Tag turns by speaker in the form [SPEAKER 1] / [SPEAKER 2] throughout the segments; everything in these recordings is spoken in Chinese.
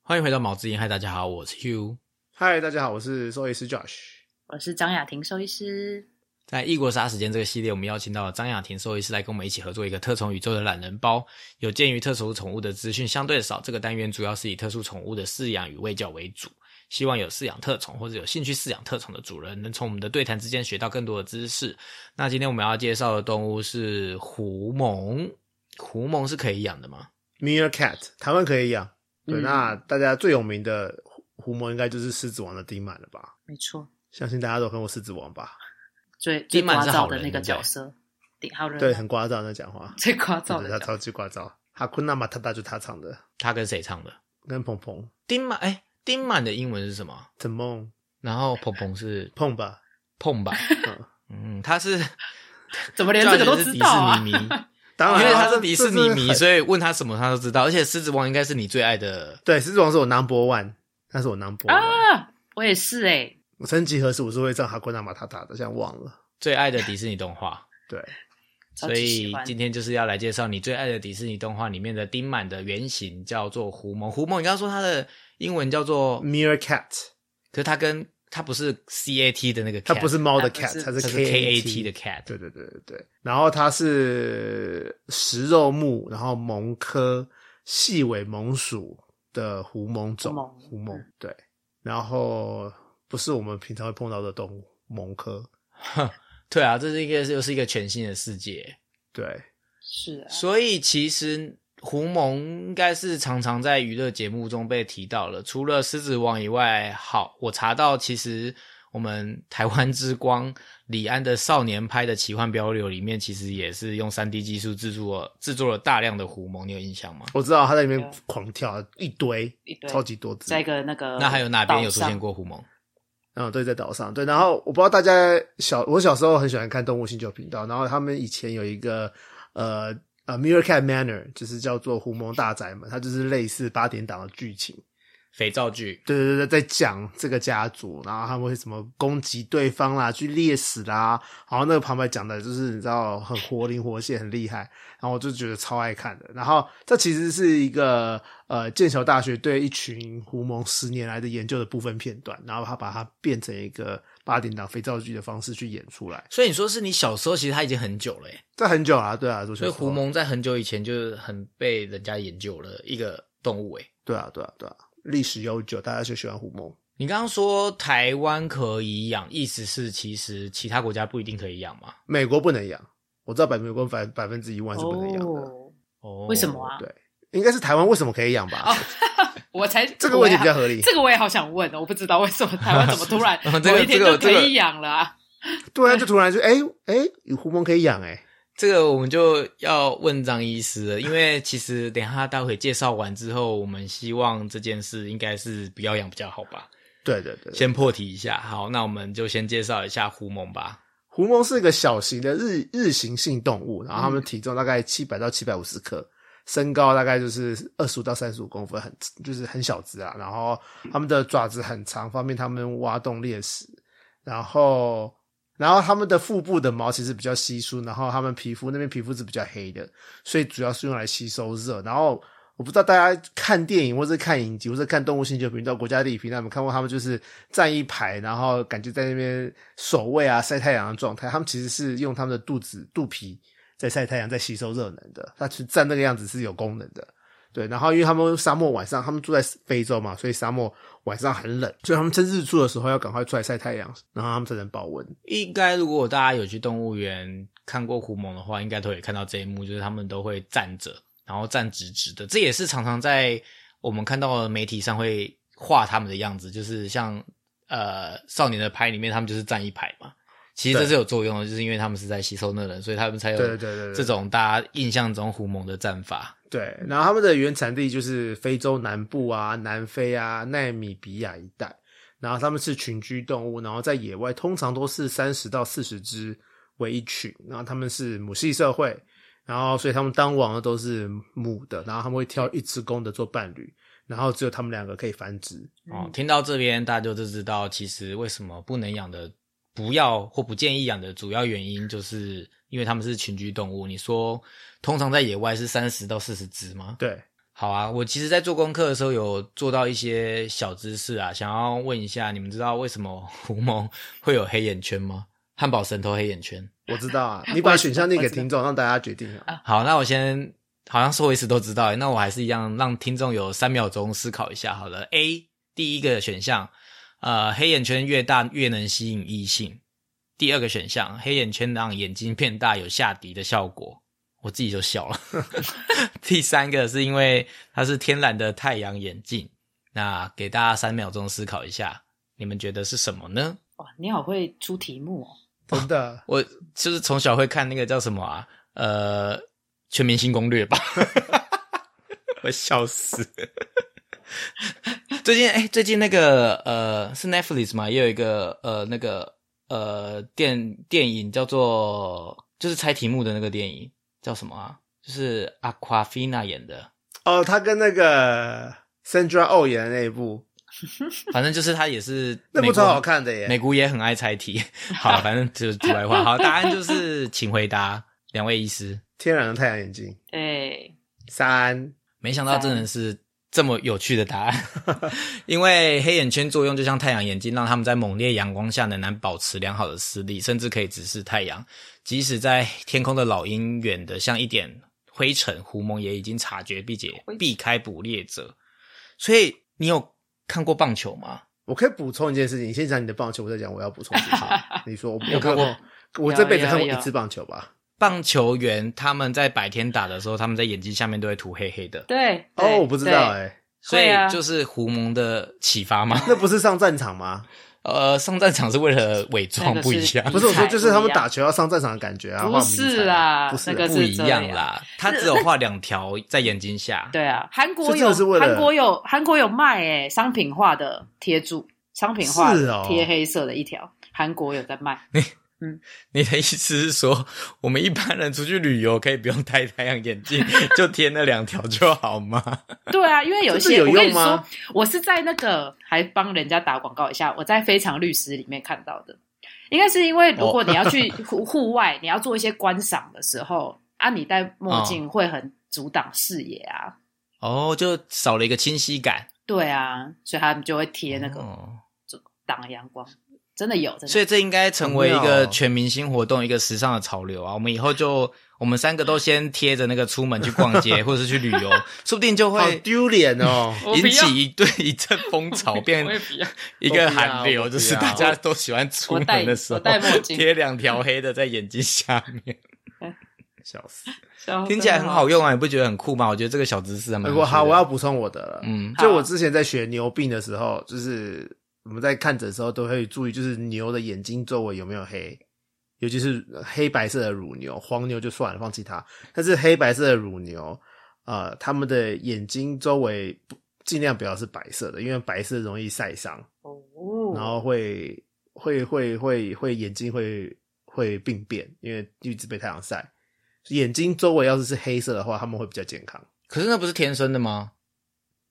[SPEAKER 1] 欢迎回到毛之音，嗨，大家好，我是 Hugh。
[SPEAKER 2] 嗨，大家好，我是兽医师 Josh。
[SPEAKER 3] 我是张雅婷兽医师。
[SPEAKER 1] 在异国杀时间这个系列，我们邀请到了张雅婷兽医师来跟我们一起合作一个特宠宇宙的懒人包。有鉴于特殊宠物的资讯相对少，这个单元主要是以特殊宠物的饲养与喂教为主。希望有饲养特宠或者有兴趣饲养特宠的主人，能从我们的对谈之间学到更多的知识。那今天我们要介绍的动物是狐獴，狐獴是可以养的吗？
[SPEAKER 2] Meerkat，台湾可以养。对，
[SPEAKER 3] 嗯
[SPEAKER 2] 那大家最有名的狐狐獴应该就是《狮子王》的丁满了吧？
[SPEAKER 3] 没错，
[SPEAKER 2] 相信大家都看过《狮子王》吧？
[SPEAKER 3] 最最
[SPEAKER 1] 丁满
[SPEAKER 3] 聒
[SPEAKER 1] 是
[SPEAKER 3] 噪
[SPEAKER 1] 好
[SPEAKER 3] 的
[SPEAKER 1] 人
[SPEAKER 3] 那个
[SPEAKER 1] 对不对
[SPEAKER 3] 角色，顶
[SPEAKER 1] 嗯
[SPEAKER 3] 好人啊
[SPEAKER 2] 对，很聒噪在讲话，
[SPEAKER 3] 最聒
[SPEAKER 2] 对
[SPEAKER 3] 噪
[SPEAKER 2] 对，
[SPEAKER 3] 的
[SPEAKER 2] 他
[SPEAKER 3] 角
[SPEAKER 2] 超级聒噪。哈库纳马塔达就他唱的，
[SPEAKER 1] 它跟谁唱的？
[SPEAKER 2] 跟鹏鹏、
[SPEAKER 1] 丁满，哎，丁满的英文是什么？
[SPEAKER 2] 怎梦
[SPEAKER 1] 然后鹏鹏是
[SPEAKER 2] 碰吧，
[SPEAKER 1] 碰吧？
[SPEAKER 2] 嗯，
[SPEAKER 1] 嗯，他是
[SPEAKER 3] 怎么连这个都
[SPEAKER 1] 是
[SPEAKER 3] 知
[SPEAKER 1] 迪
[SPEAKER 3] 道啊
[SPEAKER 1] 士？尼迷，
[SPEAKER 2] 当然
[SPEAKER 1] 因为他
[SPEAKER 2] 这
[SPEAKER 1] 是迪士尼迷，
[SPEAKER 2] 这是很
[SPEAKER 1] 所以问他什么他都知道。而且狮子王应该是你最爱的，
[SPEAKER 2] 对，《狮子王》是我 number one，那是我 number one。
[SPEAKER 3] 啊，我也是哎，
[SPEAKER 2] 我曾几何时我是会唱哈库纳马塔达的，现在忘了。
[SPEAKER 1] 最爱的迪士尼动画。
[SPEAKER 2] 对，
[SPEAKER 3] 超
[SPEAKER 1] 所
[SPEAKER 3] 级
[SPEAKER 1] 以
[SPEAKER 3] 喜欢。
[SPEAKER 1] 今天就是要来介绍你最爱的迪士尼动画里面的丁满的原型，叫做狐獴。狐獴，你刚刚说它的英文叫做，
[SPEAKER 2] 嗯
[SPEAKER 1] 可
[SPEAKER 2] Meerkat，
[SPEAKER 1] 是它跟它不是 C A T 的那个 cat，
[SPEAKER 2] 它不是猫的
[SPEAKER 3] 它不
[SPEAKER 2] cat，
[SPEAKER 3] 是
[SPEAKER 2] 它
[SPEAKER 1] 它
[SPEAKER 2] 是
[SPEAKER 1] 是
[SPEAKER 2] K
[SPEAKER 1] K A T
[SPEAKER 2] T
[SPEAKER 1] 的 cat。
[SPEAKER 2] 对对对对对，然后它是食肉目，然后虻科细尾虻属的狐獴种，
[SPEAKER 3] 狐獴
[SPEAKER 2] 狐獴
[SPEAKER 3] 嗯
[SPEAKER 2] 对，然后不是我们平常会碰到的动物，虻科
[SPEAKER 1] 对啊，这是一个又是一个全新的世界。
[SPEAKER 2] 对，
[SPEAKER 3] 是啊，
[SPEAKER 1] 所以其实狐獴应该是常常在娱乐节目中被提到了。除了狮子王以外，好，我查到其实我们台湾之光李安的少年拍的奇幻漂流里面，其实也是用三 D 技术制作了制作了大量的狐獴，你有印象吗？
[SPEAKER 2] 我知道它在里面
[SPEAKER 3] 对
[SPEAKER 2] 狂跳一堆，
[SPEAKER 3] 一堆
[SPEAKER 2] 超级多只
[SPEAKER 3] 在，一个那个
[SPEAKER 1] 那还有哪边有出
[SPEAKER 3] 岛
[SPEAKER 1] 现
[SPEAKER 3] 上？
[SPEAKER 1] 过狐獴？
[SPEAKER 2] 嗯，对，在岛上，对。然后我不知道大家小，我小时候很喜欢看动物星球频道，然后他们以前有一个呃呃 Meerkat Manor，就是叫做狐獴大宅门，它就是类似八点档的剧情。
[SPEAKER 1] 肥皂剧，
[SPEAKER 2] 对对对，在讲这个家族，然后他们会怎么攻击对方啦，去猎死啦，然后那个旁白讲的就是你知道很活灵活现，很厉害，然后我就觉得超爱看的。然后这其实是一个呃剑桥大学对一群狐獴十年来的研究的部分片段，然后他把它变成一个八点档肥皂剧的方式去演出来，
[SPEAKER 1] 所以你说是你小时候，其实它已经很久了耶，
[SPEAKER 2] 这很久啦，对啊，所
[SPEAKER 1] 所以狐獴在很久以前就是很被人家研究了一个动物诶。
[SPEAKER 2] 对啊对啊对啊，历史悠久，大家就喜欢狐獴。
[SPEAKER 1] 你刚刚说台湾可以养，意思是其实其他国家不一定可以养嘛？
[SPEAKER 2] 美国不能养，我知道百美国百百分之一万是不能养的。
[SPEAKER 3] 哦，
[SPEAKER 1] 哦
[SPEAKER 3] 为什么？啊？
[SPEAKER 2] 对应该是台湾为什么可以养吧？
[SPEAKER 3] 我才
[SPEAKER 2] 这个问题比较
[SPEAKER 3] 哦我
[SPEAKER 2] 合理
[SPEAKER 3] 也。这个我也好想问哦，我不知道为什么台湾怎么突然
[SPEAKER 1] 这个
[SPEAKER 3] 某一天
[SPEAKER 1] 这个
[SPEAKER 3] 就可
[SPEAKER 1] 这个
[SPEAKER 3] 以养了啊？
[SPEAKER 2] 对啊，就突然就哎哎，有狐獴可以养哎、
[SPEAKER 1] 这个我们就要问张医师了，因为其实等一下待会介绍完之后，我们希望这件事应该是不要养比较好吧？
[SPEAKER 2] 对对对，
[SPEAKER 1] 先破题一下，好，那我们就先介绍一下狐獴吧。
[SPEAKER 2] 狐獴是一个小型的日日行性动物，然后它们体重大概七百到七百五十克，身高大概就是二十五到三十五公分，很就是很小只啊。然后它们的爪子很长，方便它们挖洞猎食。然后，然后它们的腹部的毛其实比较稀疏，然后它们皮肤那边皮肤是比较黑的，所以主要是用来吸收热。然后我不知道大家看电影或者看影集或者看动物星球频道、国家地理频道，有没有看过他们就是站一排，然后感觉在那边守卫啊、晒太阳的状态。他们其实是用他们的肚子、肚皮在晒太阳，在吸收热能的。它是站那个样子是有功能的。对，然后因为他们沙漠晚上，他们住在非洲嘛，所以沙漠晚上很冷，所以他们趁日出的时候要赶快出来晒太阳，然后他们才能保温。
[SPEAKER 1] 应该如果大家有去动物园看过狐獴的话，应该都会看到这一幕，就是他们都会站着，然后站直直的。这也是常常在我们看到的媒体上会画他们的样子，就是像呃少年的拍里面，他们就是站一排嘛。其实这
[SPEAKER 2] 对
[SPEAKER 1] 是有作用的，就是因为他们是在吸收那人，所以他们才有
[SPEAKER 2] 对对对对对
[SPEAKER 1] 这种大家印象中狐獴的战法。
[SPEAKER 2] 对，然后他们的原产地就是非洲南部啊、南非啊、奈米比亚一带，然后他们是群居动物，然后在野外通常都是三十到四十只为一群，然后他们是母系社会，然后所以他们当王的都是母的，然后他们会挑一只公的做伴侣，然后只有他们两个可以繁殖。
[SPEAKER 1] 哦，
[SPEAKER 3] 嗯
[SPEAKER 1] 听到这边大家就知道，其实为什么不能养的、不要或不建议养的主要原因，就是因为它们是群居动物。你说通常在野外是三十到四十只吗？
[SPEAKER 2] 对，
[SPEAKER 1] 好啊，我其实，在做功课的时候有做到一些小知识啊，想要问一下，你们知道为什么 狐獴会有黑眼圈吗？汉堡神偷黑眼圈。
[SPEAKER 2] 我知 道啊，你把选项念给听众，让大家决定啊。
[SPEAKER 1] 好，那我先好像说一次都知道欸，那我还是一样让听众有三秒钟思考一下好了。A 第一个选项，呃，黑眼圈越大越能吸引异性。第二个选项，黑眼圈让眼睛变大有下底的效果，我自己就笑了。 第三个是因为它是天然的太阳眼镜。那给大家三秒钟思考一下，你们觉得是什么呢？
[SPEAKER 3] 哇，你好会出题目哦！
[SPEAKER 2] 真的，
[SPEAKER 1] 我就是从小会看那个叫什么啊，呃，《全明星攻略》吧， 我笑死。最近哎、最近那个呃，是 Netflix 嘛，也有一个呃那个呃电电影叫做就是猜题目的那个电影叫什么啊？就是 Aquafina 演的，
[SPEAKER 2] 哦，他跟那个 Sandra Oh 演的那一部，
[SPEAKER 1] 反正就是他也是
[SPEAKER 2] 那部
[SPEAKER 1] 美国
[SPEAKER 2] 超好看的耶。
[SPEAKER 1] 美姑也很爱猜题。 好，反正就是题外话。好，答案就是请回答，两位医师。
[SPEAKER 2] 天然的太阳眼镜，
[SPEAKER 3] 对，
[SPEAKER 2] 三，
[SPEAKER 1] 没想到真的是这么有趣的答案， 因为黑眼圈作用就像太阳眼镜，让他们在猛烈阳光下仍然保持良好的视力，甚至可以直视太阳。即使在天空的老鹰远的像一点灰尘，狐獴也已经察觉并且
[SPEAKER 3] 灰尘
[SPEAKER 1] 避开捕猎者。所以你有看过棒球吗？
[SPEAKER 2] 我可以补充一件事情，你先讲你的棒球，我再讲我要补充什 么。你说我我
[SPEAKER 1] 有看过
[SPEAKER 2] 看过，我这辈子
[SPEAKER 3] 有
[SPEAKER 2] 看过
[SPEAKER 3] 有
[SPEAKER 2] 一次棒球吧。
[SPEAKER 1] 棒球员他们在白天打的时候，他们在眼睛下面都会涂黑黑的，
[SPEAKER 3] 对，对
[SPEAKER 2] 哦，我不知道，
[SPEAKER 3] 对
[SPEAKER 2] 哎，
[SPEAKER 1] 所以
[SPEAKER 3] 会啊
[SPEAKER 1] 就是狐獴的启发吗？
[SPEAKER 2] 那不是上战场吗？
[SPEAKER 1] 呃，上战场是为了伪装
[SPEAKER 3] 那个
[SPEAKER 1] 不一
[SPEAKER 3] 是
[SPEAKER 1] 样，
[SPEAKER 2] 不是我说，
[SPEAKER 3] 迷彩
[SPEAKER 2] 就是他们
[SPEAKER 3] 不一样
[SPEAKER 2] 打球要上战场的感觉啊，
[SPEAKER 3] 不
[SPEAKER 2] 画迷彩
[SPEAKER 3] 是啦
[SPEAKER 2] 不是
[SPEAKER 3] 那个
[SPEAKER 1] 不
[SPEAKER 3] 是
[SPEAKER 1] 一
[SPEAKER 3] 这
[SPEAKER 1] 样
[SPEAKER 3] 样
[SPEAKER 1] 啦，他只有画两条在眼睛下。
[SPEAKER 3] 对啊，韩
[SPEAKER 2] 是
[SPEAKER 3] 国
[SPEAKER 2] 真
[SPEAKER 3] 有
[SPEAKER 2] 的是为了
[SPEAKER 3] 韩国有韩国有卖诶、商品化的贴住，商品化
[SPEAKER 2] 是哦
[SPEAKER 3] 的贴黑色的一条，韩国有在卖。
[SPEAKER 1] 你的意思是说，我们一般人出去旅游可以不用戴太阳眼 镜，就贴那两条就好吗？
[SPEAKER 3] 对啊，因为有一
[SPEAKER 2] 这
[SPEAKER 3] 些
[SPEAKER 2] 有
[SPEAKER 3] 我跟
[SPEAKER 2] 用
[SPEAKER 3] 你说
[SPEAKER 2] 吗，？
[SPEAKER 3] 我是在那个还帮人家打广告一下，我在《非常律师》里面看到的，应该是因为如
[SPEAKER 2] 哦
[SPEAKER 3] 果你要去 户户外，你要做一些观赏的时候啊，你戴墨镜会很阻挡视野啊。
[SPEAKER 1] 哦，就少了一个清晰感。
[SPEAKER 3] 对啊，所以他们就会贴那个
[SPEAKER 1] 哦
[SPEAKER 3] 挡阳光，真的有，真
[SPEAKER 1] 所
[SPEAKER 3] 的
[SPEAKER 1] 以这应该成为一
[SPEAKER 2] 好妙
[SPEAKER 1] 个
[SPEAKER 2] 哦
[SPEAKER 1] 全明星活动，一个时尚的潮流啊！我们以后就我们三个都先贴着那个出门去逛 街，或者是去旅游，说不定就
[SPEAKER 2] 好
[SPEAKER 1] 会
[SPEAKER 2] 丢脸 哦！
[SPEAKER 3] 我不
[SPEAKER 1] 引
[SPEAKER 3] 要
[SPEAKER 1] 起一对一阵风 潮，变
[SPEAKER 3] 我也不要
[SPEAKER 1] 一
[SPEAKER 2] 我
[SPEAKER 1] 个
[SPEAKER 2] 不要
[SPEAKER 1] 韩流，
[SPEAKER 2] 我不
[SPEAKER 1] 就是
[SPEAKER 2] 要
[SPEAKER 1] 大家都喜欢出门的时候
[SPEAKER 3] 我戴我戴墨镜
[SPEAKER 1] 贴两条黑的在眼睛下面，
[SPEAKER 2] 笑死。
[SPEAKER 1] 听起来很好用啊！你不觉得很酷吗？我觉得这个小知识还蛮有
[SPEAKER 2] 如
[SPEAKER 1] 趣嗯的……
[SPEAKER 2] 果好，我要补充我的了。
[SPEAKER 1] 嗯啊
[SPEAKER 2] 就我之前在学牛病的时候，就是我们在看诊的时候都会注意，就是牛的眼睛周围有没有黑，尤其是黑白色的乳牛，黄牛就算了，放弃它。但是黑白色的乳牛，呃，它们的眼睛周围不尽量不要是白色的，因为白色容易晒伤，
[SPEAKER 3] 哦。
[SPEAKER 2] 然后会会会会会眼睛会会病变，因为一直被太阳晒。眼睛周围要是是黑色的话，它们会比较健康，
[SPEAKER 1] 可是那不是天生的吗？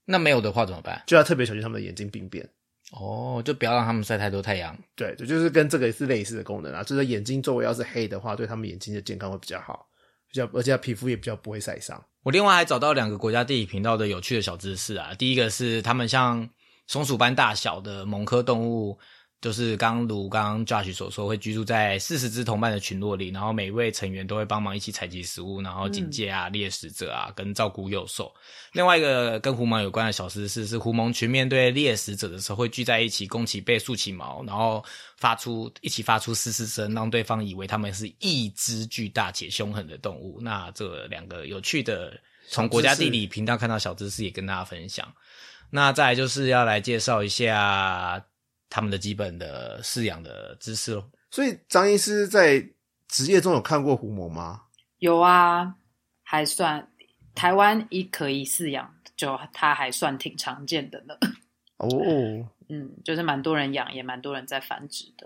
[SPEAKER 1] 那没有的话怎么办？
[SPEAKER 2] 就要特别小心它们的眼睛病变。
[SPEAKER 1] 哦，就不要让他们晒太多太阳。
[SPEAKER 2] 对，这就是跟这个是类似的功能啊，就是眼睛周围要是黑的话，对他们眼睛的健康会比较好，比较而且皮肤也比较不会晒伤。
[SPEAKER 1] 我另外还找到两个国家地理频道的有趣的小知识啊。第一个是他们像松鼠般大小的蒙科动物，就是刚如刚刚 Josh 所说，会居住在四十只同伴的群落里，然后每一位成员都会帮忙一起采集食物，然后警戒啊、猎食者啊，跟照顾幼兽。另外一个跟狐獴有关的小知识是，狐獴群面对猎食者的时候会聚在一起，弓起背，竖起毛，然后发出一起发出嘶嘶声，让对方以为他们是一只巨大且凶狠的动物。那这两个有趣的，从国家地理频道看到小知识也跟大家分享。那再来就是要来介绍一下他们的基本的饲养的知识咯。
[SPEAKER 2] 所以张医师在职业中有看过狐獴吗？
[SPEAKER 3] 有啊，还算台湾一可以饲养，就它还算挺常见的呢。
[SPEAKER 2] 哦，
[SPEAKER 3] 嗯，就是蛮多人养，也蛮多人在繁殖的。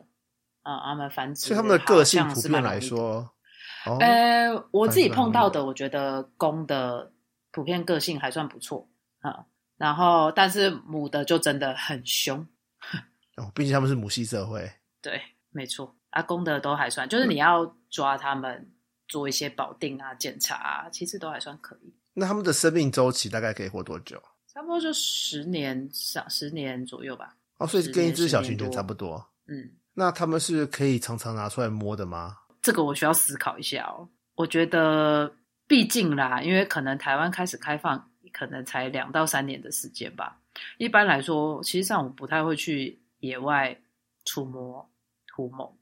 [SPEAKER 3] 嗯，他们繁殖，
[SPEAKER 2] 所以他们的个性普
[SPEAKER 3] 是
[SPEAKER 2] 遍
[SPEAKER 3] 蛮容易
[SPEAKER 2] 来
[SPEAKER 3] 的，
[SPEAKER 2] 说，哦，
[SPEAKER 3] 呃，我自己碰到
[SPEAKER 2] 繁殖蛮容易
[SPEAKER 3] 的，我觉得公的普遍个性还算不错啊、嗯然后，但是母的就真的很凶，呃
[SPEAKER 2] 哦毕竟他们是母系社会，
[SPEAKER 3] 对，没错，啊，公的都还算，就是你要抓他们做一些保定啊、检查啊，其实都还算可以。
[SPEAKER 2] 那他们的生命周期大概可以活多久？
[SPEAKER 3] 差不多就十年上十年左右吧。
[SPEAKER 2] 哦，所以
[SPEAKER 3] 十
[SPEAKER 2] 跟一
[SPEAKER 3] 年
[SPEAKER 2] 只
[SPEAKER 3] 十
[SPEAKER 2] 小
[SPEAKER 3] 年
[SPEAKER 2] 型犬
[SPEAKER 3] 多
[SPEAKER 2] 差不多。
[SPEAKER 3] 嗯，
[SPEAKER 2] 那他们是可以常常拿出来摸的吗？
[SPEAKER 3] 这个我需要思考一下哦。我觉得，毕竟啦，因为可能台湾开始开放，可能才两到三年的时间吧。一般来说，其实上我不太会去野外触摸、涂抹。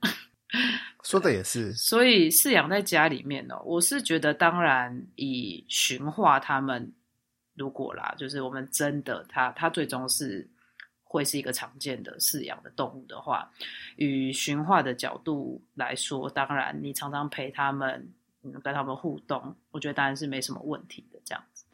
[SPEAKER 2] 说的也是，
[SPEAKER 3] 所以饲养在家里面呢、我是觉得，当然以驯化它们，如果啦，就是我们真的它它最终是会是一个常见的饲养的动物的话，与驯化的角度来说，当然你常常陪它们，嗯，跟它们互动，我觉得当然是没什么问题的这样子。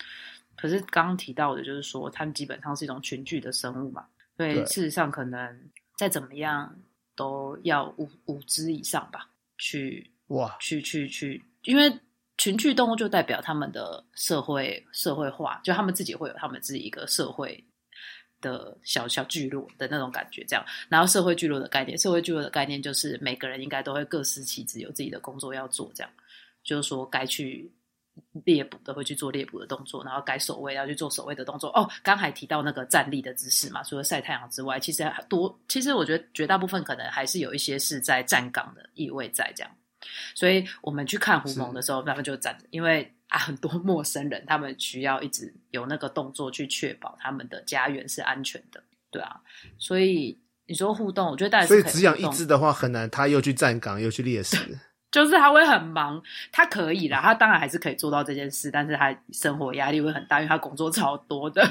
[SPEAKER 3] 可是刚刚提到的，就是说它们基本上是一种群居的生物嘛，所以
[SPEAKER 2] 对
[SPEAKER 3] 事实上可能再怎么样都要五五只以上吧。去
[SPEAKER 2] 哇，
[SPEAKER 3] 去去去，因为群居动物就代表他们的社会社会化，就他们自己会有他们自己一个社会的小小聚落的那种感觉，这样。然后社会聚落的概念，社会聚落的概念就是每个人应该都会各司其职，有自己的工作要做，这样。就是说该去猎捕的会去做猎捕的动作，然后该守卫要去做守卫的动作。哦，刚还提到那个站立的姿势嘛，除了晒太阳之外，其实还多，其实我觉得绝大部分可能还是有一些是在站岗的意味在这样。所以我们去看狐獴的时候，他们就站着，因为啊很多 陌生人，他们需要一直有那个动作去确保他们的家园是安全的，对啊。所以你说互动，我觉得当然
[SPEAKER 2] 所
[SPEAKER 3] 是
[SPEAKER 2] 以
[SPEAKER 3] 可
[SPEAKER 2] 只养
[SPEAKER 3] 互
[SPEAKER 2] 一
[SPEAKER 3] 动
[SPEAKER 2] 只的话很难，它又去站岗又去猎食。
[SPEAKER 3] 就是他会很忙，他可以啦，他当然还是可以做到这件事，但是他生活压力会很大，因为他工作超多的。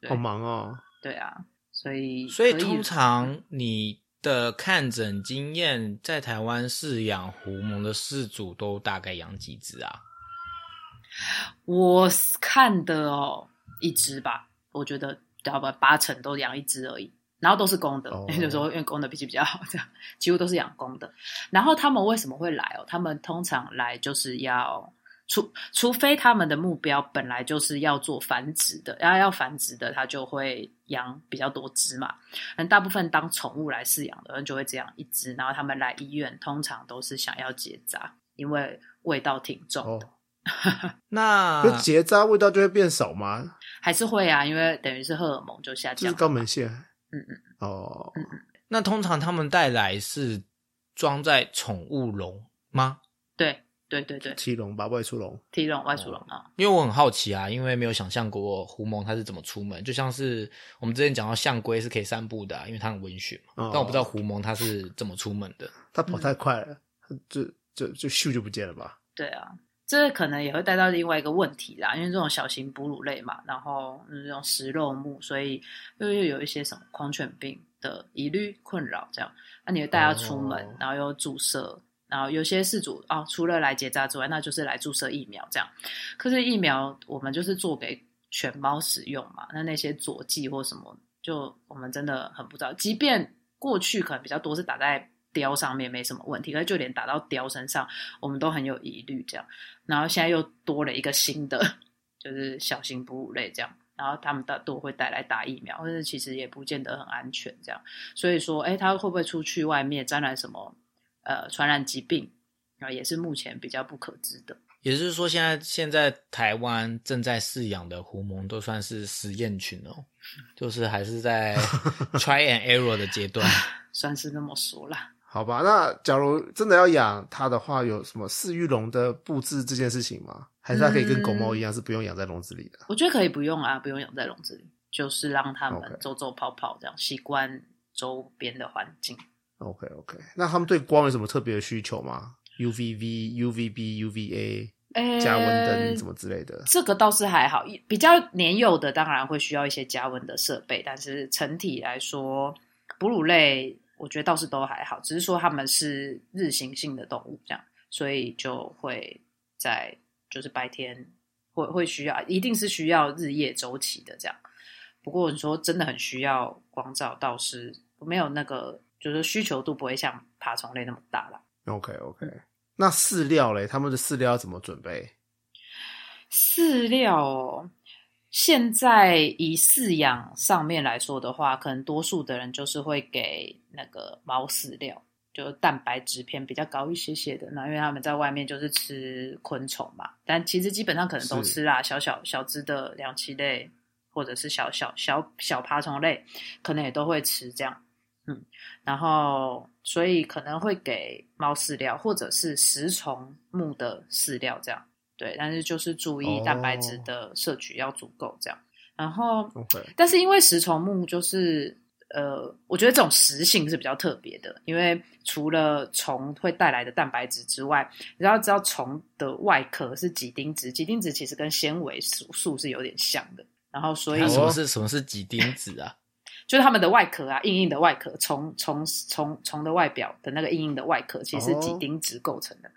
[SPEAKER 3] 对
[SPEAKER 2] 好忙哦。
[SPEAKER 3] 对啊，所以
[SPEAKER 1] 所以
[SPEAKER 3] 可
[SPEAKER 1] 通常你的看诊经验，在台湾饲养狐獴的饲主都大概养几只啊？
[SPEAKER 3] 我看的哦，一只吧，我觉得要不八成都养一只而已，然后都是公的
[SPEAKER 2] 哦，
[SPEAKER 3] 那就说因为公的脾气比较好，这样几乎都是养公的。然后他们为什么会来哦？他们通常来就是要。除除非他们的目标本来就是要做繁殖的，然后要繁殖的，他就会养比较多只嘛。嗯，大部分当宠物来饲养的人就会这样一只，然后他们来医院通常都是想要结扎，因为味道挺重的。
[SPEAKER 2] 哦，
[SPEAKER 1] 那
[SPEAKER 3] 啊
[SPEAKER 2] 那结扎味道就会变少吗？
[SPEAKER 3] 还是会啊，因为等于是荷尔蒙就下
[SPEAKER 2] 就
[SPEAKER 3] 降
[SPEAKER 2] 是
[SPEAKER 3] 了嘛。
[SPEAKER 2] 肛门腺。
[SPEAKER 3] 嗯嗯，
[SPEAKER 2] 哦，
[SPEAKER 1] 那通常他们带来是装在宠物笼吗？
[SPEAKER 3] 对对对对，
[SPEAKER 2] 七龙吧，外出笼。
[SPEAKER 3] 体笼外属笼啊，
[SPEAKER 1] 因为我很好奇啊，因为没有想象过狐獴它是怎么出门，就像是我们之前讲到象龟是可以散步的啊、因为它很温驯嘛。
[SPEAKER 2] 哦
[SPEAKER 1] 但我不知道狐獴它是怎么出门的。
[SPEAKER 2] 它跑
[SPEAKER 3] 嗯
[SPEAKER 2] 太快了，它就就就咻就不见了吧？
[SPEAKER 3] 对啊，这可能也会带到另外一个问题啦，因为这种小型哺乳类嘛，然后嗯这种食肉目，所以又又有一些什么狂犬病的疑虑困扰，这样，那、你会带它出门，
[SPEAKER 2] 哦
[SPEAKER 3] 然后又注射。然后有些事主哦，除了来结扎之外，那就是来注射疫苗这样。可是疫苗我们就是做给犬猫使用嘛，那那些佐剂或什么，就我们真的很不知道。即便过去可能比较多是打在貂上面没什么问题，可是就连打到貂身上，我们都很有疑虑这样。然后现在又多了一个新的，就是小型哺乳类这样。然后他们大多会带来打疫苗，但是其实也不见得很安全这样。所以说，哎，它会不会出去外面沾染什么呃传染疾病，然后也是目前比较不可知的。
[SPEAKER 1] 也就是说，现在现在台湾正在饲养的狐獴都算是实验群哦，
[SPEAKER 3] 嗯
[SPEAKER 1] 就是还是 在 try and error 的阶段。
[SPEAKER 3] 算是那么说啦。
[SPEAKER 2] 好吧，那假如真的要养它的话，有什么饲育笼的布置这件事情吗？还是它可以跟狗猫
[SPEAKER 3] 嗯
[SPEAKER 2] 一样，是不用养在笼子里的？
[SPEAKER 3] 我觉得可以不用啊，不用养在笼子里，就是让他们
[SPEAKER 2] OK
[SPEAKER 3] 走走跑跑，这样习惯周边的环境。
[SPEAKER 2] OK OK，那他们对光有什么特别的需求吗？UVV、UVB、UVA
[SPEAKER 3] 诶
[SPEAKER 2] 加温
[SPEAKER 3] 呃
[SPEAKER 2] 灯什么之类的？
[SPEAKER 3] 这个倒是还好，比较年幼的当然会需要一些加温的设备，但是整体来说，哺乳类我觉得倒是都还好，只是说它们是日行性的动物，这样，所以就会在就是白天会会需要，一定是需要日夜周期的这样。不过你说真的很需要光照，倒是没有那个，就是需求度不会像爬虫类那么大啦。
[SPEAKER 2] OK OK，那饲料嘞？他们的饲料要怎么准备？
[SPEAKER 3] 饲料哦，现在以饲养上面来说的话，可能多数的人就是会给那个猫饲料，就蛋白质片比较高一些些的。那因为他们在外面就是吃昆虫嘛，但其实基本上可能都吃啦，小小小只的两栖类或者是小小小小爬虫类，可能也都会吃这样。嗯，然后所以可能会给猫饲料或者是食虫目的饲料这样。对，但是就是注意
[SPEAKER 2] 哦
[SPEAKER 3] 蛋白质的摄取要足够这样。然后
[SPEAKER 2] OK，
[SPEAKER 3] 但是因为食虫目就是呃，我觉得这种食性是比较特别的，因为除了虫会带来的蛋白质之外，你要知道虫的外壳是几丁质，几丁质其实跟纤维素素是有点像的。然后 所以
[SPEAKER 1] 它什么是什么是几丁子啊？
[SPEAKER 3] 就是它们的外壳啊，硬硬的外壳，虫虫虫虫的外表的那个硬硬的外壳，其实是几
[SPEAKER 2] 哦
[SPEAKER 3] 丁质构成的。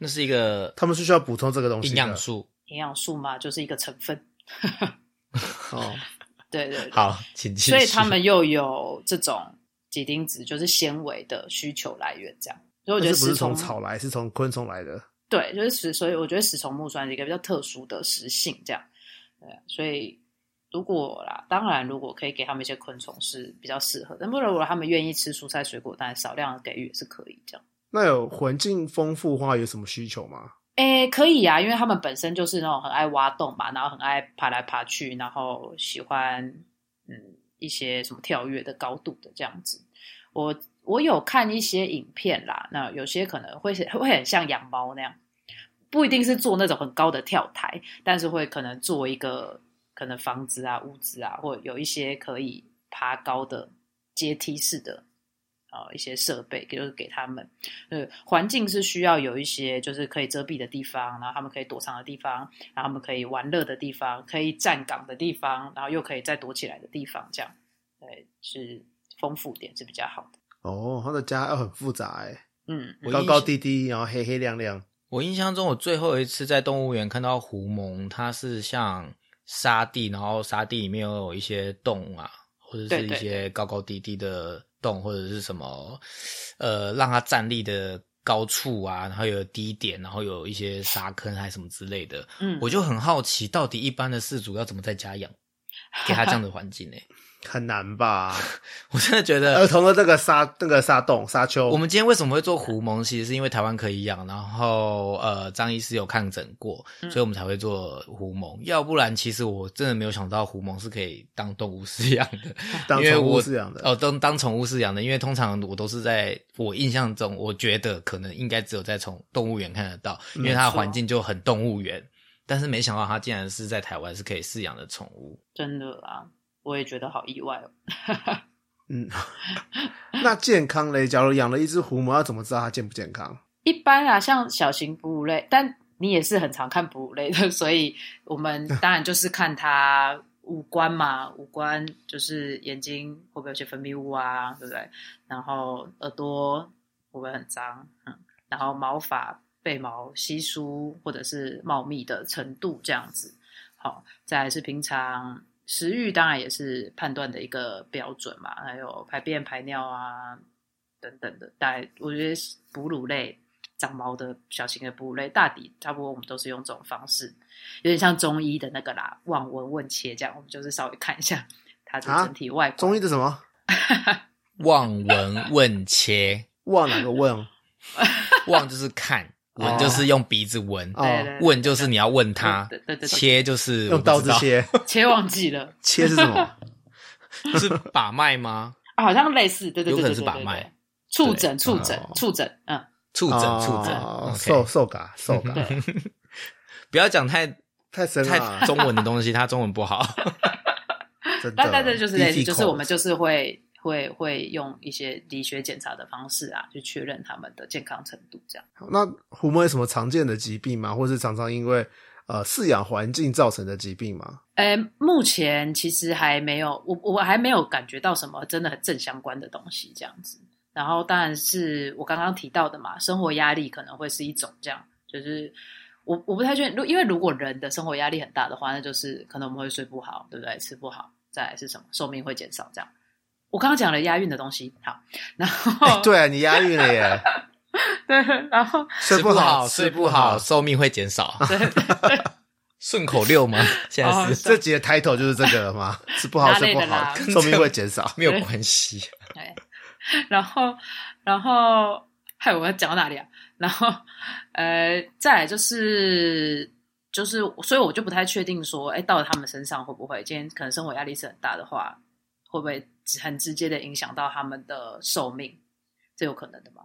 [SPEAKER 1] 那是一个
[SPEAKER 2] 他们是需要补充这个东西
[SPEAKER 1] 营
[SPEAKER 2] 的
[SPEAKER 1] 养素。
[SPEAKER 3] 营养素嘛，就是一个成分。
[SPEAKER 2] 哦，
[SPEAKER 3] 对对对。
[SPEAKER 1] 好，请继续。
[SPEAKER 3] 所以他们又有这种几丁质，就是纤维的需求来源，这样。所以我
[SPEAKER 2] 但
[SPEAKER 3] 觉
[SPEAKER 2] 是不
[SPEAKER 3] 得
[SPEAKER 2] 是
[SPEAKER 3] 食
[SPEAKER 2] 从
[SPEAKER 3] 虫
[SPEAKER 2] 草来，是从昆虫来的。
[SPEAKER 3] 对，就是食，所以我觉得食虫目算是一个比较特殊的食性，这样。对，所以如果啦，当然如果可以给他们一些昆虫是比较适合的，那么如果他们愿意吃蔬菜水果，当然少量的给予也是可以这样。
[SPEAKER 2] 那有环境丰富化有什么需求吗？
[SPEAKER 3] 诶，可以啊，因为他们本身就是那种很爱挖洞嘛，然后很爱爬来爬去，然后喜欢嗯一些什么跳跃的高度的这样子。我我有看一些影片啦，那有些可能会是会很像养猫那样，不一定是做那种很高的跳台，但是会可能做一个可能房子啊、屋子啊，或有一些可以爬高的阶梯式的啊、呃一些设备，就是给他们。呃，环境是需要有一些就是可以遮蔽的地方，然后他们可以躲藏的地方，然后他们可以玩乐的地方，可以站岗的地方，然后又可以再躲起来的地方，这样，对，是丰富点是比较好的。
[SPEAKER 2] 哦，他的家要很复杂哎、
[SPEAKER 3] 嗯，
[SPEAKER 1] 我
[SPEAKER 2] 高
[SPEAKER 1] 印
[SPEAKER 2] 高
[SPEAKER 1] 象
[SPEAKER 2] 低低，然后黑黑亮亮。
[SPEAKER 1] 我印象中，我最后一次在动物园看到狐獴，它是像沙地，然后沙地里面又有一些洞啊，或者
[SPEAKER 3] 对
[SPEAKER 1] 是一
[SPEAKER 3] 对
[SPEAKER 1] 些高高低低的洞，或者是什么呃，让它站立的高处啊，然后有低点，然后有一些沙坑还是什么之类的。
[SPEAKER 3] 嗯，
[SPEAKER 1] 我就很好奇，到底一般的饲主要怎么在家 养，给它这样的环境呢、
[SPEAKER 2] 很难吧？
[SPEAKER 1] 我真的觉得
[SPEAKER 2] 儿童的那个沙那个沙洞沙丘，
[SPEAKER 1] 我们今天为什么会做狐獴？其实是因为台湾可以养，然后呃，张医师有抗诊过，
[SPEAKER 3] 嗯
[SPEAKER 1] 所以我们才会做狐獴。要不然，其实我真的没有想到狐獴是可以当动物饲养的，
[SPEAKER 2] 当
[SPEAKER 1] 因为
[SPEAKER 2] 宠物
[SPEAKER 1] 我
[SPEAKER 2] 饲养的。
[SPEAKER 1] 哦，当当宠物饲养的。因为通常我都是在我印象中，我觉得可能应该只有在宠动物园看得到，因为它的
[SPEAKER 3] 没错
[SPEAKER 1] 环境就很动物园。但是没想到它竟然是在台湾是可以饲养的宠物。
[SPEAKER 3] 真的啊，我也觉得好意外哦。
[SPEAKER 2] 嗯，那健康嘞？假如养了一只狐獴，要怎么知道它健不健康？
[SPEAKER 3] 一般啊，像小型哺乳类，但你也是很常看哺乳类的， 所以我们当然就是看它五官嘛，五官就是眼睛会不会有些分泌物啊，对不对？然后耳朵会不会很脏？嗯，然后毛发、背毛稀疏或者是茂密的程度这样子。好，再来是平常食欲，当然也是判断的一个标准嘛，还有排便、排尿啊等等的。大概我觉得哺乳类长毛的小型的哺乳类，大抵差不多我们都是用这种方式，有点像中医的那个啦，望闻问切这样，我们就是稍微看一下它的
[SPEAKER 2] 啊
[SPEAKER 3] 整体外观。
[SPEAKER 2] 中医的什么？
[SPEAKER 1] 望闻问切，
[SPEAKER 2] 忘哪个问？
[SPEAKER 1] 望就是看，闻就是用鼻子闻。
[SPEAKER 2] 哦
[SPEAKER 3] 对对对
[SPEAKER 1] 问就是你要问他
[SPEAKER 3] 对对对，对
[SPEAKER 1] 切就是
[SPEAKER 2] 用刀子，切，
[SPEAKER 3] 切忘记了
[SPEAKER 2] 切是什么？
[SPEAKER 1] 我不知道 是把脉吗？
[SPEAKER 3] 啊，好像类似，对对对，
[SPEAKER 1] 有可能
[SPEAKER 3] 对
[SPEAKER 1] 是
[SPEAKER 3] 对
[SPEAKER 1] 把
[SPEAKER 3] 对对
[SPEAKER 1] 脉
[SPEAKER 3] 触
[SPEAKER 1] 对
[SPEAKER 3] 诊、触诊
[SPEAKER 2] 哦、
[SPEAKER 3] 触诊，嗯，
[SPEAKER 1] 触诊
[SPEAKER 2] 哦
[SPEAKER 1] 触诊
[SPEAKER 2] 瘦
[SPEAKER 1] ，OK，
[SPEAKER 2] 瘦嘎瘦嘎，
[SPEAKER 3] 对，
[SPEAKER 1] 不要讲太
[SPEAKER 2] 太深了啊
[SPEAKER 1] 太，中文的东西，他中文不好。
[SPEAKER 2] 真的。
[SPEAKER 3] 但但这就是类似，
[SPEAKER 2] DT
[SPEAKER 3] 就是我们
[SPEAKER 2] 扣
[SPEAKER 3] 就是会会会用一些理学检查的方式啊，去确认他们的健康程度，这样。
[SPEAKER 2] 那狐獴有什么常见的疾病吗？或是常常因为呃饲养环境造成的疾病吗？
[SPEAKER 3] 呃，目前其实还没有，我我还没有感觉到什么真的很正相关的东西这样子。然后当然是我刚刚提到的嘛，生活压力可能会是一种这样，就是我我不太确定，如因为如果人的生活压力很大的话，那就是可能我们会睡不好，对不对？吃不好，再来是什么，寿命会减少这样。我刚刚讲了押韵的东西，好，然后、
[SPEAKER 2] 哎， 对啊，你押韵了耶，
[SPEAKER 3] 对，然后
[SPEAKER 2] 睡
[SPEAKER 1] 不
[SPEAKER 2] 好，
[SPEAKER 1] 睡
[SPEAKER 2] 吃
[SPEAKER 1] 不好，
[SPEAKER 2] 好。
[SPEAKER 1] 寿命会减少。
[SPEAKER 3] 对
[SPEAKER 1] 顺口溜吗？现在
[SPEAKER 3] 哦
[SPEAKER 1] 是
[SPEAKER 2] 这集的 title 就是这个了吗？ 吃不好，
[SPEAKER 3] 哪
[SPEAKER 2] 睡
[SPEAKER 3] 类
[SPEAKER 2] 不
[SPEAKER 3] 的
[SPEAKER 2] 好
[SPEAKER 3] 啦，嗯
[SPEAKER 2] 寿命会减少。
[SPEAKER 1] 没有关系。
[SPEAKER 3] 然后，然后害我要讲到哪里啊？然后呃，再来就是就是，所以我就不太确定说，哎，到了他们身上会不会今天可能生活压力是很大的话，会不会很直接的影响到他们的寿命？这有可能的嘛？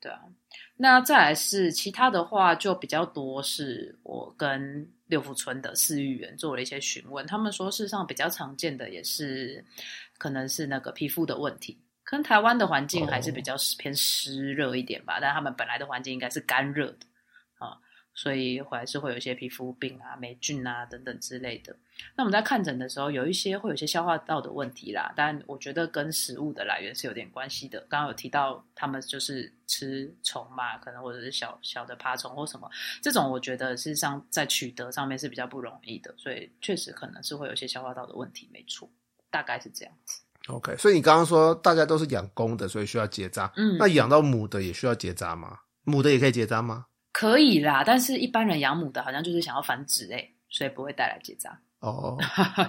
[SPEAKER 3] 对啊。那再来是其他的话，就比较多是我跟六福村的饲育员做了一些询问，他们说事实上比较常见的也是可能是那个皮肤的问题，可能台湾的环境还是比较湿偏湿热一点吧，但他们本来的环境应该是干热的啊，所以还是会有一些皮肤病啊、霉菌啊等等之类的。那我们在看诊的时候，有一些会有一些消化道的问题啦，但我觉得跟食物的来源是有点关系的。刚刚有提到他们就是吃虫嘛，可能或者是小小的爬虫或什么，这种我觉得事实上在取得上面是比较不容易的，所以确实可能是会有一些消化道的问题，没错，大概是这样子。
[SPEAKER 2] OK，所以你刚刚说大家都是养公的，所以需要结扎。
[SPEAKER 3] 嗯
[SPEAKER 2] 那养到母的也需要结扎吗？母的也可以结扎吗？
[SPEAKER 3] 可以啦，但是一般人养母的好像就是想要繁殖哎、所以不会带来结扎。
[SPEAKER 2] 哦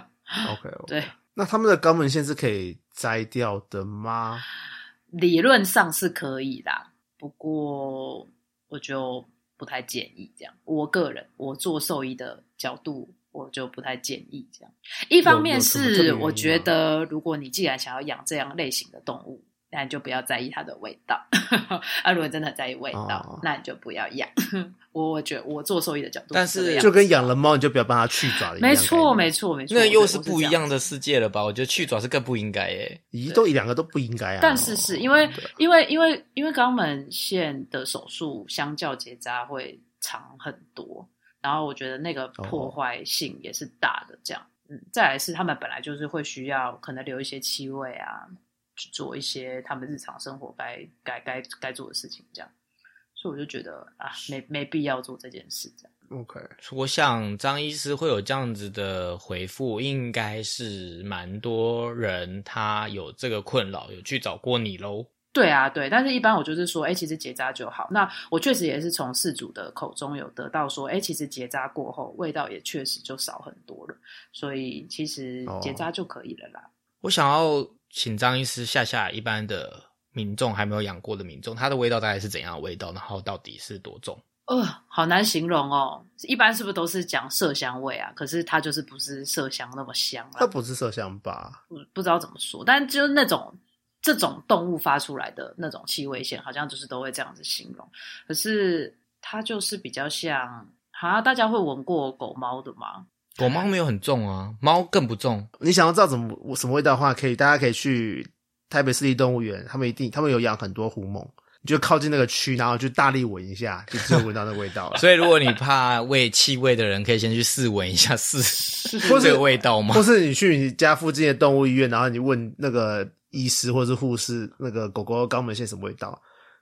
[SPEAKER 2] ，OK，
[SPEAKER 3] 对，
[SPEAKER 2] 那他们的肛门腺是可以摘掉的吗？
[SPEAKER 3] 理论上是可以啦，不过我就不太建议这样。我个人，我做兽医的角度，我就不太建议这样。一方面
[SPEAKER 2] 有有什么特别
[SPEAKER 3] 是
[SPEAKER 2] 原因吗
[SPEAKER 3] 我觉得，如果你既然想要养这样类型的动物，那你就不要在意它的味道。 啊，如果你真的很在意味道，
[SPEAKER 2] 哦
[SPEAKER 3] 那你就不要养。 我我觉得我做兽医的角度，
[SPEAKER 1] 但是
[SPEAKER 3] 样
[SPEAKER 2] 就跟养了猫你就不要帮它去爪了一样概念，
[SPEAKER 3] 没错，没错，没错，
[SPEAKER 1] 那又
[SPEAKER 3] 我
[SPEAKER 1] 是
[SPEAKER 3] 是
[SPEAKER 1] 不一
[SPEAKER 3] 这
[SPEAKER 1] 样的世界了吧？我觉得去爪是更不应该耶。
[SPEAKER 2] 一都一两个都不应该啊。
[SPEAKER 3] 但是是因为
[SPEAKER 2] 对啊
[SPEAKER 3] 因为因为因为肛门腺的手术相较结扎会长很多，然后我觉得那个
[SPEAKER 2] 哦
[SPEAKER 3] 破坏性也是大的。这样，嗯，再来是他们本来就是会需要可能留一些气味啊，去做一些他们日常生活该该该该做的事情，这样。所以我就觉得啊，没没必要做这件事，这样。
[SPEAKER 2] OK，
[SPEAKER 1] 我想张医师会有这样子的回复，应该是蛮多人他有这个困扰，有去找过你喽。
[SPEAKER 3] 对啊，对，但是一般我就是说，哎，其实结扎就好。那我确实也是从事主的口中有得到说，哎，其实结扎过后，味道也确实就少很多了，所以其实
[SPEAKER 2] 哦
[SPEAKER 3] 结扎就可以了啦。
[SPEAKER 1] 我想要请张医师下下一般的民众还没有养过的民众，它的味道大概是怎样的味道，然后到底是多重？
[SPEAKER 3] 呃，好难形容哦。一般是不是都是讲麝香味啊？可是它就是不是麝香那么香啊
[SPEAKER 2] 它，不是麝香吧？
[SPEAKER 3] 不不知道怎么说，但就是那种这种动物发出来的那种气味线，好像就是都会这样子形容。可是它就是比较像，好、像大家会闻过狗猫的吗？
[SPEAKER 1] 狗猫没有很重啊，猫更不重。
[SPEAKER 2] 你想要知道怎么什么味道的话，可以大家可以去台北市立动物园，他们一定他们有养很多狐獴，你就靠近那个区，然后就大力闻一下，就只有闻到那个味道 了。
[SPEAKER 1] 所以如果你怕味气味的人，可以先去试闻一下试
[SPEAKER 2] 或是
[SPEAKER 1] 这个味道吗
[SPEAKER 2] 或？是你去你家附近的动物医院，然后你问那个医师或是护士，那个狗狗肛门腺什么味道，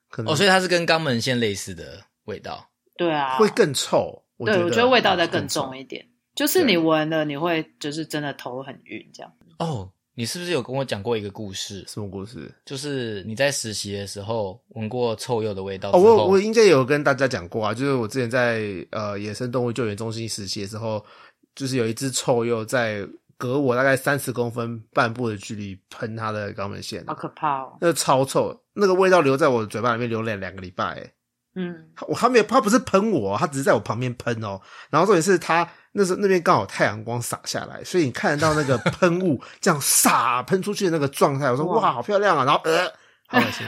[SPEAKER 2] 可能
[SPEAKER 1] 哦，所以它是跟肛门腺类似的味道。
[SPEAKER 3] 对啊，
[SPEAKER 2] 会更臭。我
[SPEAKER 3] 对，我觉得味道再
[SPEAKER 2] 更
[SPEAKER 3] 更
[SPEAKER 2] 臭
[SPEAKER 3] 重一点，就是
[SPEAKER 2] 对
[SPEAKER 3] 你闻了你会就是真的头很晕这样。
[SPEAKER 1] 哦，你是不是有跟我讲过一个故事？
[SPEAKER 2] 什么故事？
[SPEAKER 1] 就是你在实习的时候闻过臭鼬的味道之
[SPEAKER 2] 哦，
[SPEAKER 1] 后，
[SPEAKER 2] 我我应该有跟大家讲过啊，就是我之前在呃野生动物救援中心实习的时候，就是有一只臭鼬在隔我大概三十公分半步的距离喷它的肛门腺
[SPEAKER 3] 好，可怕哦！
[SPEAKER 2] 那个超臭，那个味道留在我嘴巴里面留了两个礼拜、欸。
[SPEAKER 3] 嗯，
[SPEAKER 2] 它我它没有，它不是喷我，哦它只是在我旁边喷哦。然后重点是它那时候那边刚好太阳光洒下来，所以你看得到那 个喷雾这样洒喷出去的那个状态。我说
[SPEAKER 3] 哇
[SPEAKER 2] 哇，好漂亮啊！然后呃，好恶 心。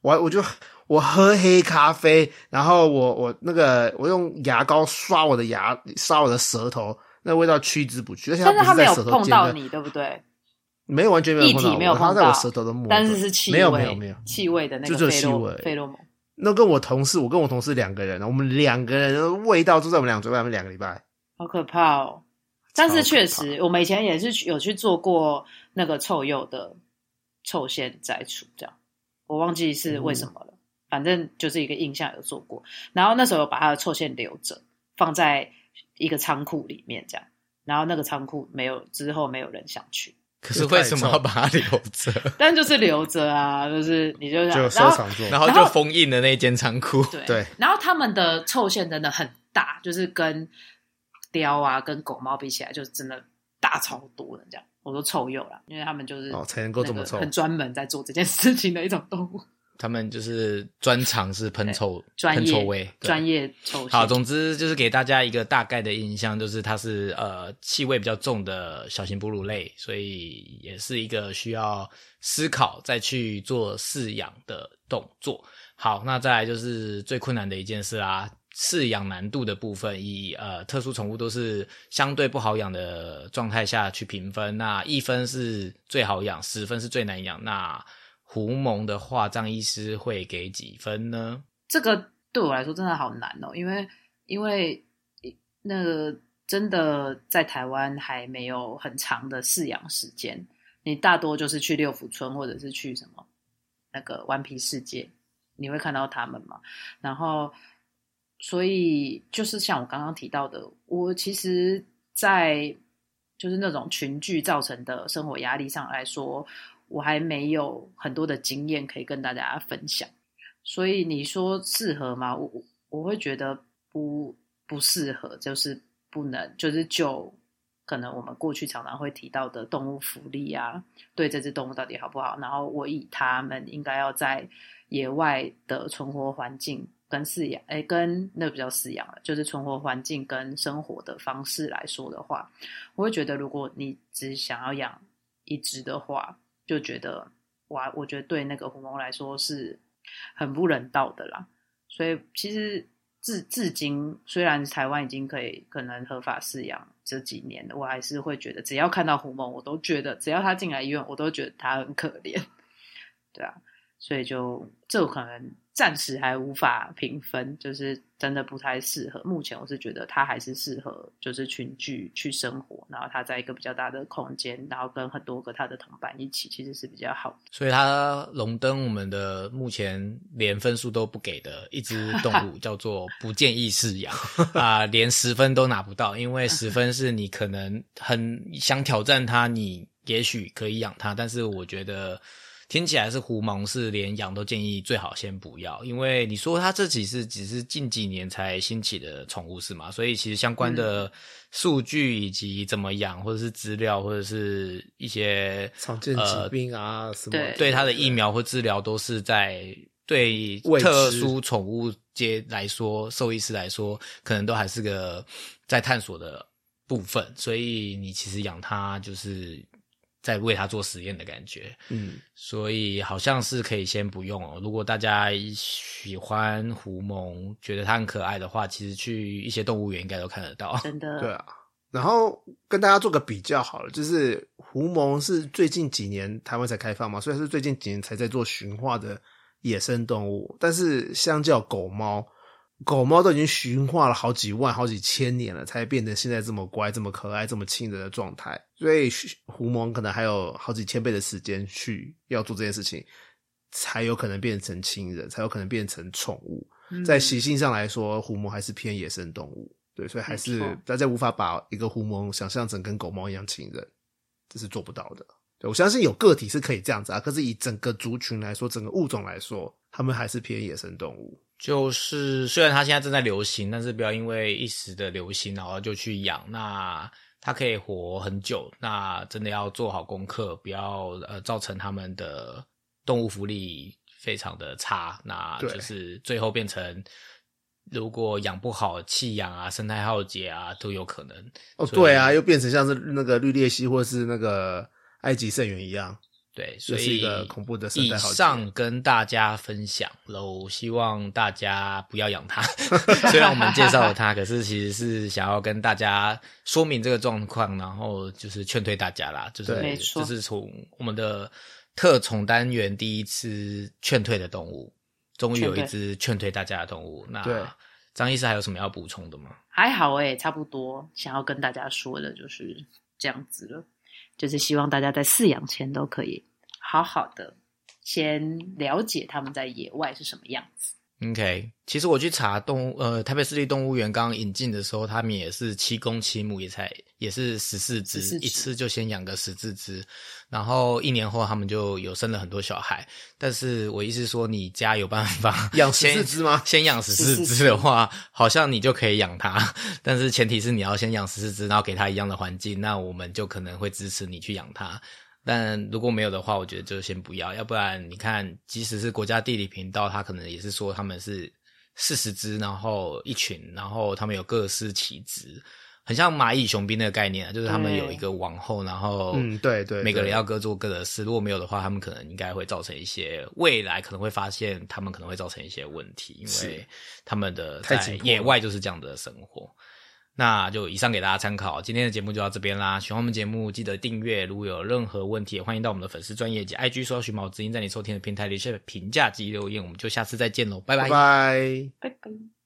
[SPEAKER 2] 我还我就我喝黑咖啡，然后我我那个我用牙膏刷我的牙，刷我的舌头，那味道趋之不去。而且它
[SPEAKER 3] 但是
[SPEAKER 2] 不
[SPEAKER 3] 它
[SPEAKER 2] 是
[SPEAKER 3] 没
[SPEAKER 2] 在
[SPEAKER 3] 有
[SPEAKER 2] 舌头
[SPEAKER 3] 碰
[SPEAKER 2] 间
[SPEAKER 3] 到
[SPEAKER 2] 的，
[SPEAKER 3] 你，对不对？
[SPEAKER 2] 没有完全没有
[SPEAKER 3] 液
[SPEAKER 2] 碰
[SPEAKER 3] 体
[SPEAKER 2] 到我，
[SPEAKER 3] 没有
[SPEAKER 2] 它
[SPEAKER 3] 碰
[SPEAKER 2] 在我
[SPEAKER 3] 到
[SPEAKER 2] 舌头的末端，
[SPEAKER 3] 但是是气味，
[SPEAKER 2] 没有没有没有。
[SPEAKER 3] 气味的那
[SPEAKER 2] 就
[SPEAKER 3] 个
[SPEAKER 2] 只有
[SPEAKER 3] 费
[SPEAKER 2] 气
[SPEAKER 3] 洛
[SPEAKER 2] 味
[SPEAKER 3] 费洛蒙。
[SPEAKER 2] 那跟我同事，我跟我同事两个人，我们两个人的味道就在我们两个嘴巴里面两个礼拜。
[SPEAKER 3] 好可怕哦！但是
[SPEAKER 2] 超可
[SPEAKER 3] 确
[SPEAKER 2] 怕
[SPEAKER 3] 实，我们以前也是去有去做过那个臭鼬的臭腺摘除，这样我忘记是为什
[SPEAKER 2] 嗯
[SPEAKER 3] 么了，反正就是一个印象有做过。然后那时候有把它的臭腺留着，放在一个仓库里面这样。然后那个仓库没有之后没有人想去，
[SPEAKER 1] 可是为什么要把它留着？
[SPEAKER 3] 但就是留着啊，就是你就想，
[SPEAKER 2] 就
[SPEAKER 3] 然
[SPEAKER 2] 收
[SPEAKER 3] 后
[SPEAKER 2] 藏做。
[SPEAKER 1] 然后
[SPEAKER 3] 然
[SPEAKER 1] 就
[SPEAKER 3] 后
[SPEAKER 1] 封印了那间仓库。
[SPEAKER 3] 对
[SPEAKER 2] 对
[SPEAKER 3] 然后他们的臭线真的很大，就是跟雕啊、跟狗猫比起来，就是真的大超多的这样。我说臭鼬啦，因为他们就是
[SPEAKER 2] 哦才能够这么
[SPEAKER 3] 那个
[SPEAKER 2] 臭
[SPEAKER 3] 很专门在做这件事情的一种动物。
[SPEAKER 1] 他们就是专长是喷臭
[SPEAKER 3] 专
[SPEAKER 1] 喷
[SPEAKER 3] 业
[SPEAKER 1] 臭味，对
[SPEAKER 3] 专业抽象
[SPEAKER 1] 好，总之就是给大家一个大概的印象，就是它是呃气味比较重的小型哺乳类，所以也是一个需要思考再去做饲养的动作。好，那再来就是最困难的一件事啦，饲养难度的部分，以呃特殊宠物都是相对不好养的状态下去评分，那一分是最好养，十分是最难养，那。胡蒙的话，张医师会给几分呢？
[SPEAKER 3] 这个对我来说真的好难哦，因为因为那个真的在台湾还没有很长的饲养时间，你大多就是去六福村或者是去什么那个顽皮世界，你会看到他们嘛。然后，所以就是像我刚刚提到的，我其实，在就是那种群聚造成的生活压力上来说，我还没有很多的经验可以跟大家分享。所以你说适合吗？我我我会觉得不不适合，就是不能，就是就可能我们过去常常会提到的动物福利啊，对这只动物到底好不好？然后我以它们应该要在野外的存活环境跟饲养，哎，跟那不叫饲养了，就是存活环境跟生活的方式来说的话，我会觉得如果你只想要养一只的话，就觉得哇，我觉得对那个狐獴来说是很不人道的啦。所以其实至至今，虽然台湾已经可以可能合法饲养这几年了，我还是会觉得，只要看到狐獴，我都觉得只要它进来医院，我都觉得它很可怜，对啊。所以就这可能暂时还无法评分，就是真的不太适合。目前我是觉得它还是适合就是群聚去生活，然后它在一个比较大的空间，然后跟很多个它的同伴一起，其实是比较好的。
[SPEAKER 1] 所以它荣登我们的目前连分数都不给的一只动物，叫做不建议饲养啊、连十分都拿不到，因为十分是你可能很想挑战它，你也许可以养它，但是我觉得。听起来是狐獴是连养都建议最好先不要，因为你说它这几是只是近几年才兴起的宠物是吗？所以其实相关的数据以及怎么养，或者是资料，或者是一些
[SPEAKER 2] 常见疾病啊什么的，
[SPEAKER 3] 对
[SPEAKER 1] 呃对它的疫苗或治疗都是在对
[SPEAKER 2] 未知
[SPEAKER 1] 特殊宠物界来说，兽医师来说，可能都还是个在探索的部分，所以你其实养它就是在为它做实验的感觉，
[SPEAKER 2] 嗯，
[SPEAKER 1] 所以好像是可以先不用哦。如果大家喜欢狐獴，觉得它很可爱的话，其实去一些动物园应该都看得到。
[SPEAKER 3] 真的，
[SPEAKER 2] 对啊。然后跟大家做个比较好了，就是狐獴是最近几年台湾才开放嘛，虽然是最近几年才在做驯化的野生动物，但是相较狗猫，狗猫都已经驯化了好几万、好几千年了，才变成现在这么乖、这么可爱、这么亲人的状态。所以驯狐獴可能还有好几千倍的时间去要做这件事情，才有可能变成亲人，才有可能变成宠物。
[SPEAKER 3] 嗯
[SPEAKER 2] 在习性上来说，狐獴还是偏野生动物，对，所以还
[SPEAKER 3] 没
[SPEAKER 2] 是
[SPEAKER 3] 错
[SPEAKER 2] 大家无法把一个狐獴想象成跟狗猫一样亲人，这是做不到的。对我相信有个体是可以这样子啊，可是以整个族群来说，整个物种来说，它们还是偏野生动物。
[SPEAKER 1] 就是虽然它现在正在流行，但是不要因为一时的流行，然后就去养。那它可以活很久，那真的要做好功课，不要呃造成他们的动物福利非常的差。那
[SPEAKER 2] 对
[SPEAKER 1] 就是最后变成如果养不好，弃养啊、生态浩劫啊都有可能。
[SPEAKER 2] 哦，
[SPEAKER 1] 所以
[SPEAKER 2] 对啊，又变成像是那个绿鬣蜥或是那个埃及圣猿一样。
[SPEAKER 1] 对，
[SPEAKER 2] 这
[SPEAKER 1] 所
[SPEAKER 2] 是一
[SPEAKER 1] 以
[SPEAKER 2] 个恐怖的生
[SPEAKER 1] 以
[SPEAKER 2] 态浩劫
[SPEAKER 1] 上跟大家分享喽，希望大家不要养 它。虽然我们介绍了它，可是其实是想要跟大家说明这个状况，然后就是劝退大家啦，就是
[SPEAKER 2] 对
[SPEAKER 3] 没错
[SPEAKER 1] 这是从我们的特宠单元第一次劝退的动物，终于有一
[SPEAKER 3] 劝退
[SPEAKER 1] 只劝退大家的动物。那
[SPEAKER 2] 对
[SPEAKER 1] 张医师还有什么要补充的吗？
[SPEAKER 3] 还好哎、差不多。想要跟大家说的就是这样子了，就是希望大家在饲养前都可以好好的先了解他们在野外是什么样子。
[SPEAKER 1] OK，其实我去查动物，呃，台北市立动物园刚引进的时候，他们也是七公七母，也才也是十四只，
[SPEAKER 3] 14只
[SPEAKER 1] 一次就先养个十四只，然后一年后他们就有生了很多小孩。但是我意思是说，你家有办 法
[SPEAKER 2] 养
[SPEAKER 1] 先
[SPEAKER 2] 14只吗
[SPEAKER 1] 先养十四只的话，好像你就可以养它，但是前提是你要先养十四只，然后给它一样的环境，那我们就可能会支持你去养它。但如果没有的话，我觉得就先不要，要不然你看，即使是国家地理频道，它可能也是说他们是四十只，然后一群，然后他们有各司其职，很像蚂蚁雄兵那个概念啊，就是他们有一个王后，然后
[SPEAKER 2] 嗯对对对
[SPEAKER 1] 每个人要各做各的事。如果没有的话，他们可能应该会造成一些未来可能会发现他们可能会造成一些问题，因为
[SPEAKER 2] 是
[SPEAKER 1] 他们的
[SPEAKER 2] 太
[SPEAKER 1] 在
[SPEAKER 2] 紧迫
[SPEAKER 1] 野
[SPEAKER 2] 了
[SPEAKER 1] 外就是这样的生活。那就以上给大家参考，今天的节目就到这边啦。喜欢我们节目，记得订阅。如果有任何问题，也欢迎到我们的粉丝专业及 IG 搜寻“毛知音”，在你收听的平台里去评价及留言。我们就下次再见喽，拜
[SPEAKER 2] 拜拜。
[SPEAKER 3] 拜拜。